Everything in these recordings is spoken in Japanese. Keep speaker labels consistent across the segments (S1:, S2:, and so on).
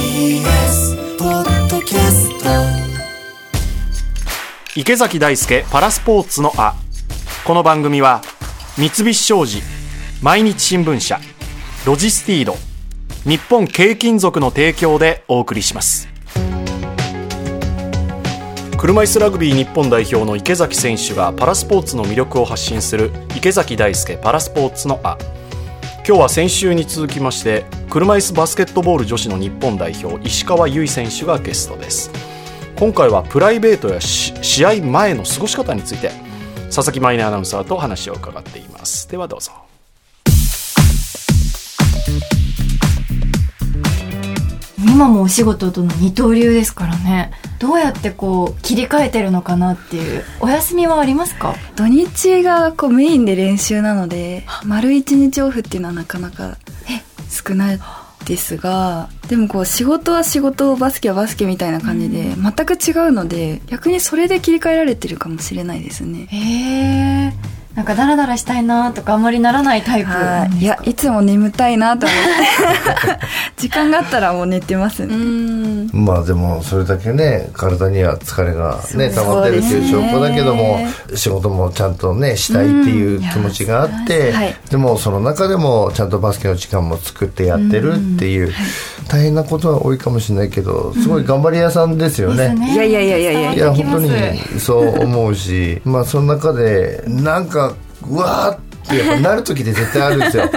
S1: TBS ポッドキャスト
S2: 池崎大輔パラスポーツのあこの番組は三菱商事毎日新聞社ロジスティード日本軽金属の提供でお送りします車椅子ラグビー日本代表の池崎選手がパラスポーツの魅力を発信する池崎大輔パラスポーツのあ今日は先週に続きまして車椅子バスケットボール女子の日本代表石川由依選手がゲストです今回はプライベートやし試合前の過ごし方について佐々木舞音アナウンサーとお話を伺っていますではどうぞ
S3: 今もお仕事との二刀流ですからねどうやってこう切り替えてるのかなっていうお休みはありますか
S4: 土日がこうメインで練習なので丸一日オフっていうのはなかなか少ないですがでもこう仕事は仕事バスケはバスケみたいな感じで全く違うので逆にそれで切り替えられてるかもしれないですね。
S3: へえなんかダラダラしたいなとかあんまりならないタイプな
S4: は
S3: んで
S4: い、い
S3: す
S4: や
S3: か
S4: いつも眠たいなと思って 時間があったらもう寝てます
S3: う
S4: ね、
S3: ーん
S5: まあでもそれだけね体には疲れがね溜まってるっていう証拠だけども仕事もちゃんとねしたいっていう気持ちがあって
S4: はい
S5: でもその中でもちゃんとバスケの時間も作ってやってるっていう大変なことは多いかもしれないけどすごい頑張り屋さんですよ
S3: です
S5: ね。
S3: ね
S4: いやいやいやいやい
S3: 伝わ
S4: や
S3: っ
S5: い
S3: てき
S5: や本
S3: ま
S5: 当
S3: す
S5: にそう思うし まあその中でなんかうわーってやっぱなる時で絶対あるんですよ。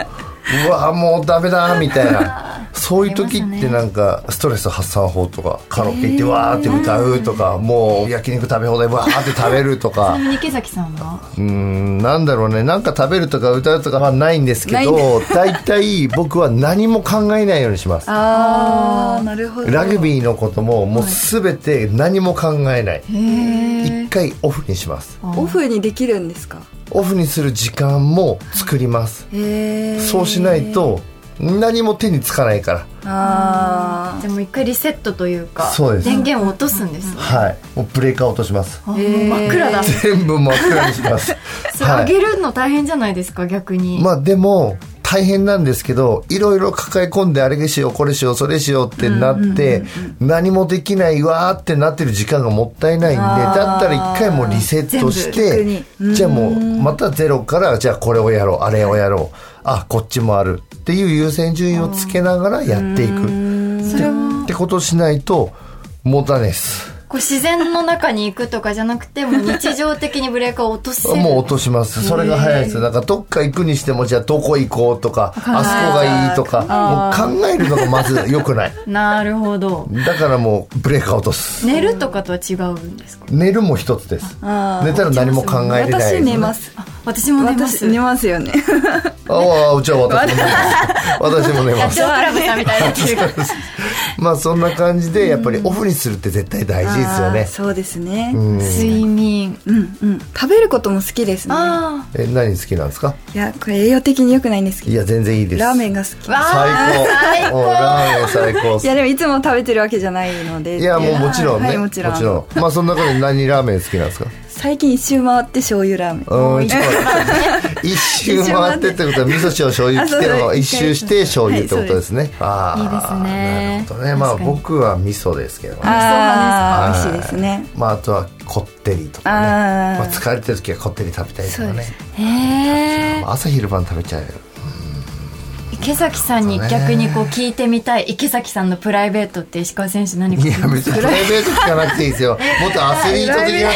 S5: うわーもうダメだーみたいなそういう時ってなんかストレス発散法とかカラオケ行ってわーって歌うとかもう焼肉食べ放題わーって食べると か
S3: 池崎さんは
S5: うーんなんだろうねなんか食べるとか歌うとかはないんですけ
S4: ないん
S5: ど大体僕は何も考えないようにします。
S4: ああなるほど
S5: ラグビーのことももう全て何も考えない
S3: へえ
S5: 一回オフにします
S4: オフにできるんですか
S5: オフにする時間も作ります、
S4: へえ
S5: そうしないと何も手につかないから
S4: あ
S3: でも一回リセットというか
S5: そうです
S3: 電源を落とすんですね
S5: はいもうブレーカー落とします
S3: あ
S4: へー
S3: 真っ暗だ
S5: 全部真っ暗にします
S3: それ上げるの大変じゃないですか逆に
S5: まあでも大変なんですけどいろいろ抱え込んであれしようこれしようそれしようってなって、何もできないわーってなってる時間がもったいないんで
S4: あー
S5: だったら一回もうリセットし
S4: 全部
S5: て
S4: 逆に
S5: じゃあもうまたゼロからじゃあこれをやろうあれをやろうあこっちもあるっていう優先順位をつけながらやっていくってってことをしないと持たないです
S3: こう自然の中に行くとかじゃなくてもう日常的にブレーカーを落とせる
S5: もう落としますそれが早いですなんかどっか行くにしてもじゃあどこ行こうとかあそこがいいとかもう考えるのがまず良くない
S3: なるほど
S5: だからもうブレーカー落とす
S3: 寝るとかとは違うんですか
S5: 寝るも一つです
S4: あー
S5: 寝たら何も考えれないで
S4: 私
S5: すね
S4: 寝ます
S3: 私も寝ます
S4: 私寝ますよね
S5: ああうちは私も寝ます私も寝
S3: ダ
S5: ま
S3: チ
S5: す
S3: ョウ倶楽部さんみたいなっていう か
S5: まあそんな感じでやっぱりオフにするって絶対大事ですよ
S4: あー
S5: ね
S4: そうですね、
S3: 睡眠
S4: うんうん食べることも好きですね
S3: あ
S5: え何好きなんですか
S4: いやこれ栄養的に良くないんですけ
S5: い
S4: ど
S5: や全然いいです
S4: ラーメンが好き
S3: あわ最
S5: 最高
S3: 高
S5: もうラーメン最高っす
S4: いやでもいつも食べてるわけじゃないので
S5: いやもうもちろんね、
S4: はい、もちろん
S5: まあその中で何ラーメン好きなんですか
S4: 最近一周回って醤油ラーメン
S5: うんちょっと一周回ってってことは味噌塩醤油つけ るのを一周して醤油ってことですね、ああ
S3: いいですね
S5: なるほどねまあ僕は味噌ですけどね
S4: あ
S5: そ
S4: ー
S5: うな
S4: 美味
S5: んで
S4: し
S5: す
S4: いですね
S5: まああとはこってりとかね
S4: あー
S5: まあ、疲れてる時はこってり食べたいとか
S4: そう
S5: ね
S4: です
S3: へえ
S5: まあ朝昼晩食べちゃうよ
S3: 池崎さんに逆にこう聞いてみたい池崎さんのプライベートって石川選手何か
S5: いや別にプライベート聞かなくていいですよもっとアスリート的な感じでも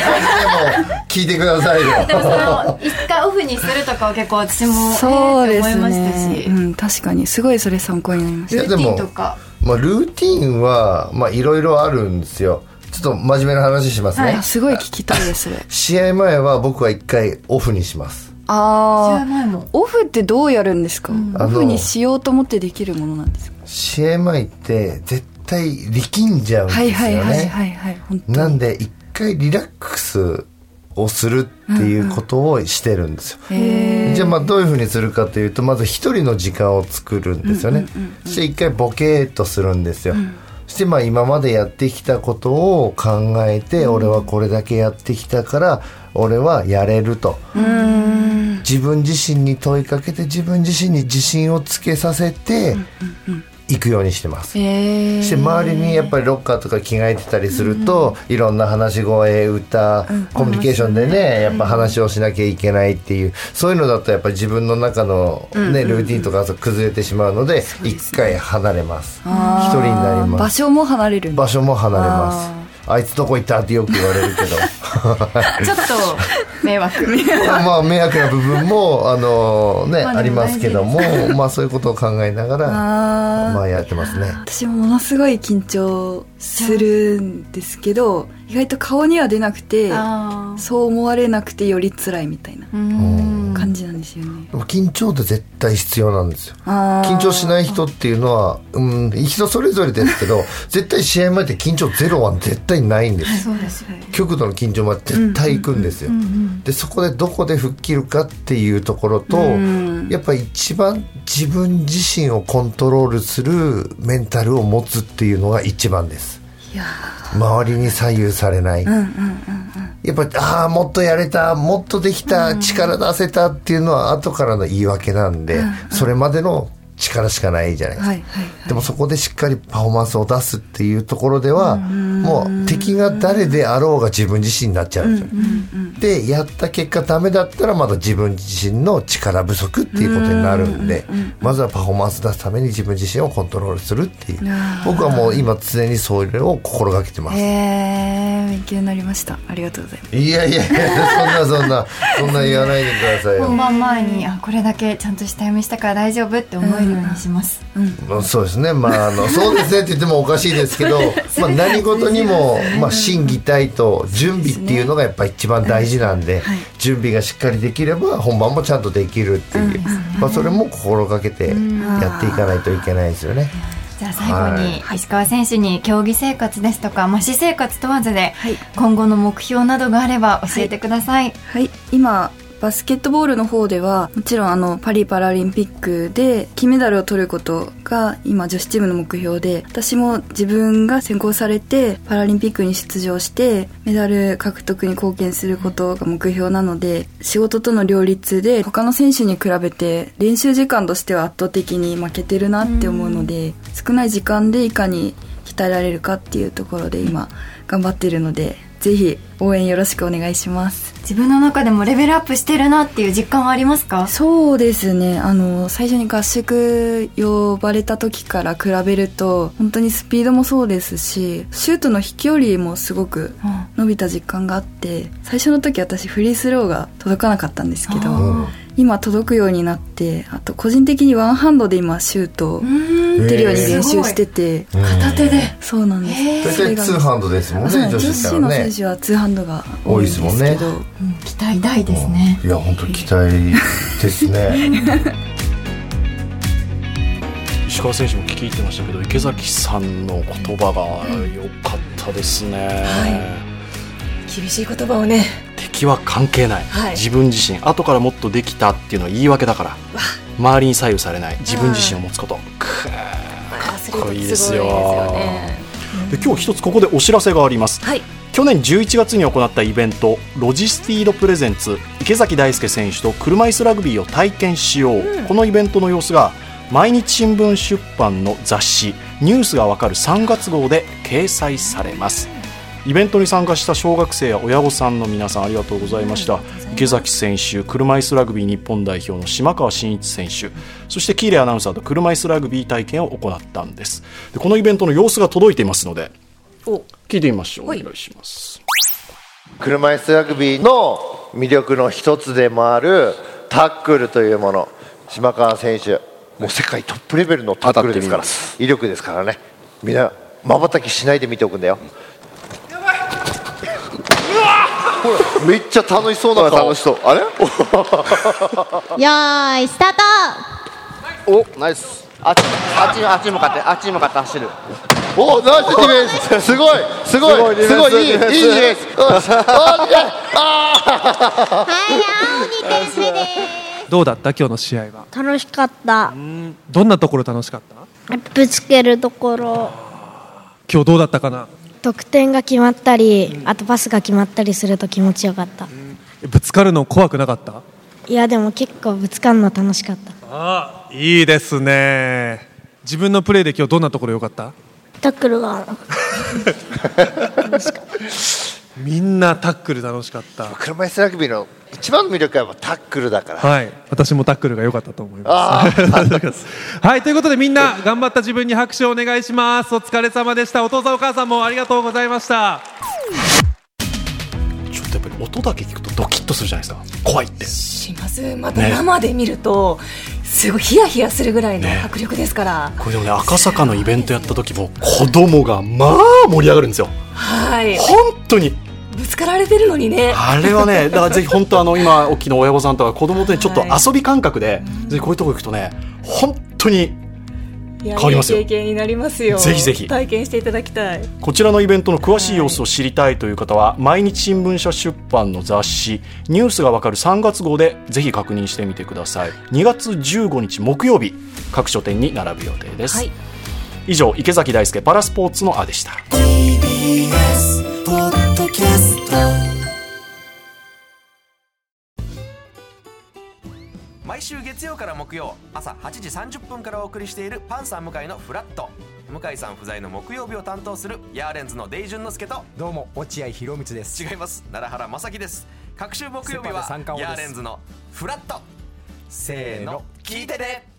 S5: 聞いてくださいよ
S3: でもそれを一回オフにするとかは結構私も
S4: そう
S3: えー
S4: で
S3: って思
S4: す
S3: いました
S4: ね
S3: し、
S4: うん、確かにすごいそれ参考になりまし
S5: い
S4: た
S5: や
S3: ルーティンとか
S5: まあ、ルーティンはまあいろいろあるんですよちょっと真面目な話しますね、
S4: あすごい聞きたいですそれ
S5: 試合前は僕は一回オフにします
S3: 試合
S4: ああ
S3: 前も
S4: オフってどうやるんですか、
S5: あ
S4: オ
S5: の
S4: フにしようと思ってできるものなんですか
S5: 試合前って絶対力んじゃうんです
S4: はい
S5: よね、
S4: はいはいはいはい本当に
S5: なんで一回リラックスをするっていうことをしてるんですよ、じゃあまあどういうふうにするかというとまず一人の時間を作るんですよね、そして一回ボケーっとするんですよ、そしてまあ今までやってきたことを考えて、俺はこれだけやってきたから俺はやれると、自分自身に問いかけて自分自身に自信をつけさせて、行くようにしてます。
S4: えー、
S5: して周りにやっぱりロッカーとか着替えてたりすると、いろんな話し声歌、コミュニケーションでねやっぱ話をしなきゃいけないっていう、そういうのだとやっぱり自分の中の、ねルーティンとか崩れてしまうので一、回離れます一
S4: あー
S5: 人になり
S4: 場
S5: ます
S4: 所も離れるんだ
S5: 場所も離れますあいつどこ行ったってよく言われるけど
S3: ちょっと迷惑
S5: まあ迷惑な部分もあのね、
S3: まあ
S5: あ、
S3: でも
S5: りますけどもまあそういうことを考えながら
S4: あー
S5: まあやってますね
S4: 私もものすごい緊張するんですけど意外と顔には出なくて
S3: あー
S4: そう思われなくてより辛いみたいな
S3: うーん
S4: 感じなんですよね、
S5: でも緊張って絶対必要なんですよ
S4: あー
S5: 緊張しない人っていうのは、うん、人それぞれですけど絶対試合前って緊張ゼロは絶対ないんです
S3: そうですね
S5: 極度の緊張まで絶対行くんですよ、でそこでどこで吹っ切るかっていうところと、やっぱ一番自分自身をコントロールするメンタルを持つっていうのが一番です
S4: いや
S5: 周りに左右されない、やっぱりああもっとやれたもっとできた、力出せたっていうのは後からの言い訳なんで、それまでの力しかないじゃな
S4: ー
S5: いですか、
S4: はいはい
S5: でもそこでしっかりパフォーマンスを出すっていうところでは、もう敵が誰であろうが自分自身になっちゃうんですよ、でやった結果ダメだったらまだ自分自身の力不足っていうことになるんで、まずはパフォーマンス出すために自分自身をコントロールするっていう、僕はもう今常にそれを心がけてます、
S4: えー、勉強になりましたありがとうございます
S5: いやいやいやそんなそんなそんな言わないでください
S3: 本
S5: よ
S3: 番前にあこれだけちゃんと下読みしたから大丈夫って思えるようにします、
S5: まあそうですねまああのそうですねって言ってもおかしいです けど、まあ、何事にも、まあ、審議体と準備っていうのがやっぱ一番大事なんで、準備がしっかりできれば本番もちゃんとできるっていう、まあ、それも心がけてやっていかないといけないですよね。
S3: じゃあ最後に石川選手に競技生活ですとか、まあ、私生活問わずで
S4: はい
S3: 今後の目標などがあれば教えてください、
S4: はい今バスケットボールの方ではもちろんあのパリパラリンピックで金メダルを取ることが今女子チームの目標で私も自分が選考されてパラリンピックに出場してメダル獲得に貢献することが目標なので仕事との両立で他の選手に比べて練習時間としては圧倒的に負けてるなって思うので少ない時間でいかに鍛えられるかっていうところで今頑張ってるのでぜひ応援よろしくお願いします
S3: 自分の中でもレベルアップしてるなっていう実感はありますか
S4: そうですねあの最初に合宿呼ばれた時から比べると本当にスピードもそうですしシュートの飛距離もすごく
S3: うん
S4: 伸びた実感があって最初の時私フリースローが届かなかったんですけど、
S5: うん
S4: 今届くようになってあと個人的にワンハンドで今シュートを
S3: うーん
S4: 打てるように練習してて、
S3: 片手で
S4: そうなんです、
S3: へー
S5: 大体ツーハンドですもんね
S4: そう
S5: 女
S4: 女
S5: 子
S4: 子
S5: から
S4: の
S5: ね
S4: 選。手はツーハンドが多いんですけど
S5: 多いですもん
S3: うん期待大ですね
S5: いや本当期待ですね。
S2: 石川選手も聞いてましたけど池崎さんの言葉が良かったですね、
S1: 厳しい言葉をね
S2: 敵は関係ない、
S1: はい
S2: 自分自身後からもっとできたっていうのは言い訳だから周りに左右されない自分自身を持つことく
S1: アス
S2: っ
S1: リート
S2: こ
S1: っ
S2: いい
S1: て
S2: ですす
S1: ごいです
S2: よ
S1: よね
S2: で今日一つここでお知らせがあります
S1: はい
S2: 去年11月に行ったイベント「ロジスティードプレゼンツ池崎大輔選手と車椅子ラグビーを体験しよう」このイベントの様子が毎日新聞出版の雑誌「ニュースがわかる」3月号で掲載されますイベントに参加した小学生や親御さんの皆さんありがとうございました池崎選手車椅子ラグビー日本代表の島川慎一選手そして喜入アナウンサーと車椅子ラグビー体験を行ったんですでこのイベントの様子が届いていますので聞いてみましょうお願いします
S5: 車椅子ラグビーの魅力の一つでもあるタックルというもの島川選手もう世界トップレベルのタックルですから威力ですからねみんなまばたきしないで見ておくんだよほらめっちゃ楽しそうな顔楽しそうあれ
S6: よーいスター
S7: おナイスあっちあっちあっちに向かってあっちに向かって走る
S5: おナイスディフェンスすごいすごいすごいいいいいディフェンスよ しあー
S6: トはい青木先生で
S8: どうだった今日の試合は
S6: す楽しかった
S8: どんなところ楽しかった
S6: ぶつけるところ
S8: 今日どうだったかな
S6: 得点が決まったりあとパスが決まったりすると気持ちよかった
S8: ぶつかるの怖くなかった
S6: いやでも結構ぶつかるの楽しかった
S8: あいいですね自分のプレーで今日どんなところ良かった
S6: タックルが
S8: みんなタックル楽しかった
S5: 車椅子ラグビーの一番の魅力はやっぱタックルだから。
S8: はい私もタックルが良かったと思い
S5: あ
S8: ます はいということでみんな頑張った自分に拍手をお願いしますお疲れ様でしたお父さんお母さんもありがとうございました
S2: ちょっとやっぱり音だけ聞くとドキッとするじゃないですか怖いって
S4: しますまた生で見ると、すごいヒヤヒヤするぐらいの
S2: ね
S4: 迫力ですから、
S2: これでもね赤坂のイベントやった時も子供がまあ盛り上がるんですよ
S4: はい
S2: 本当に
S4: ぶつかられてるのにね
S2: あれはねだからぜひ本当あの今お聞きの親御さんとか子供とねちょっと
S4: はい
S2: 遊び感覚で、ぜひこういうとこ行くとね本当に
S4: いや
S2: 変わりますよ
S4: いい経験になりますよ
S2: ぜひぜひ
S4: 体験していただきたい
S2: こちらのイベントの詳しい様子を知りたいという方は、毎日新聞社出版の雑誌「ニュースがわかる」3月号でぜひ確認してみてください2月15日木曜日各書店に並ぶ予定です、
S4: はい
S2: 以上池崎大輔パラスポーツのあでした
S9: 毎週月曜から木曜朝8時30分からお送りしているパンサー向井のフラット向井さん不在の木曜日を担当するヤーレンズのデイジュンの之介と
S1: どうも落合博満です
S9: 違います奈良原正樹です各週木曜日は
S1: セパで三冠王
S9: ヤ
S1: です
S9: ーレンズのフラット
S1: せ
S9: せーの聞いてね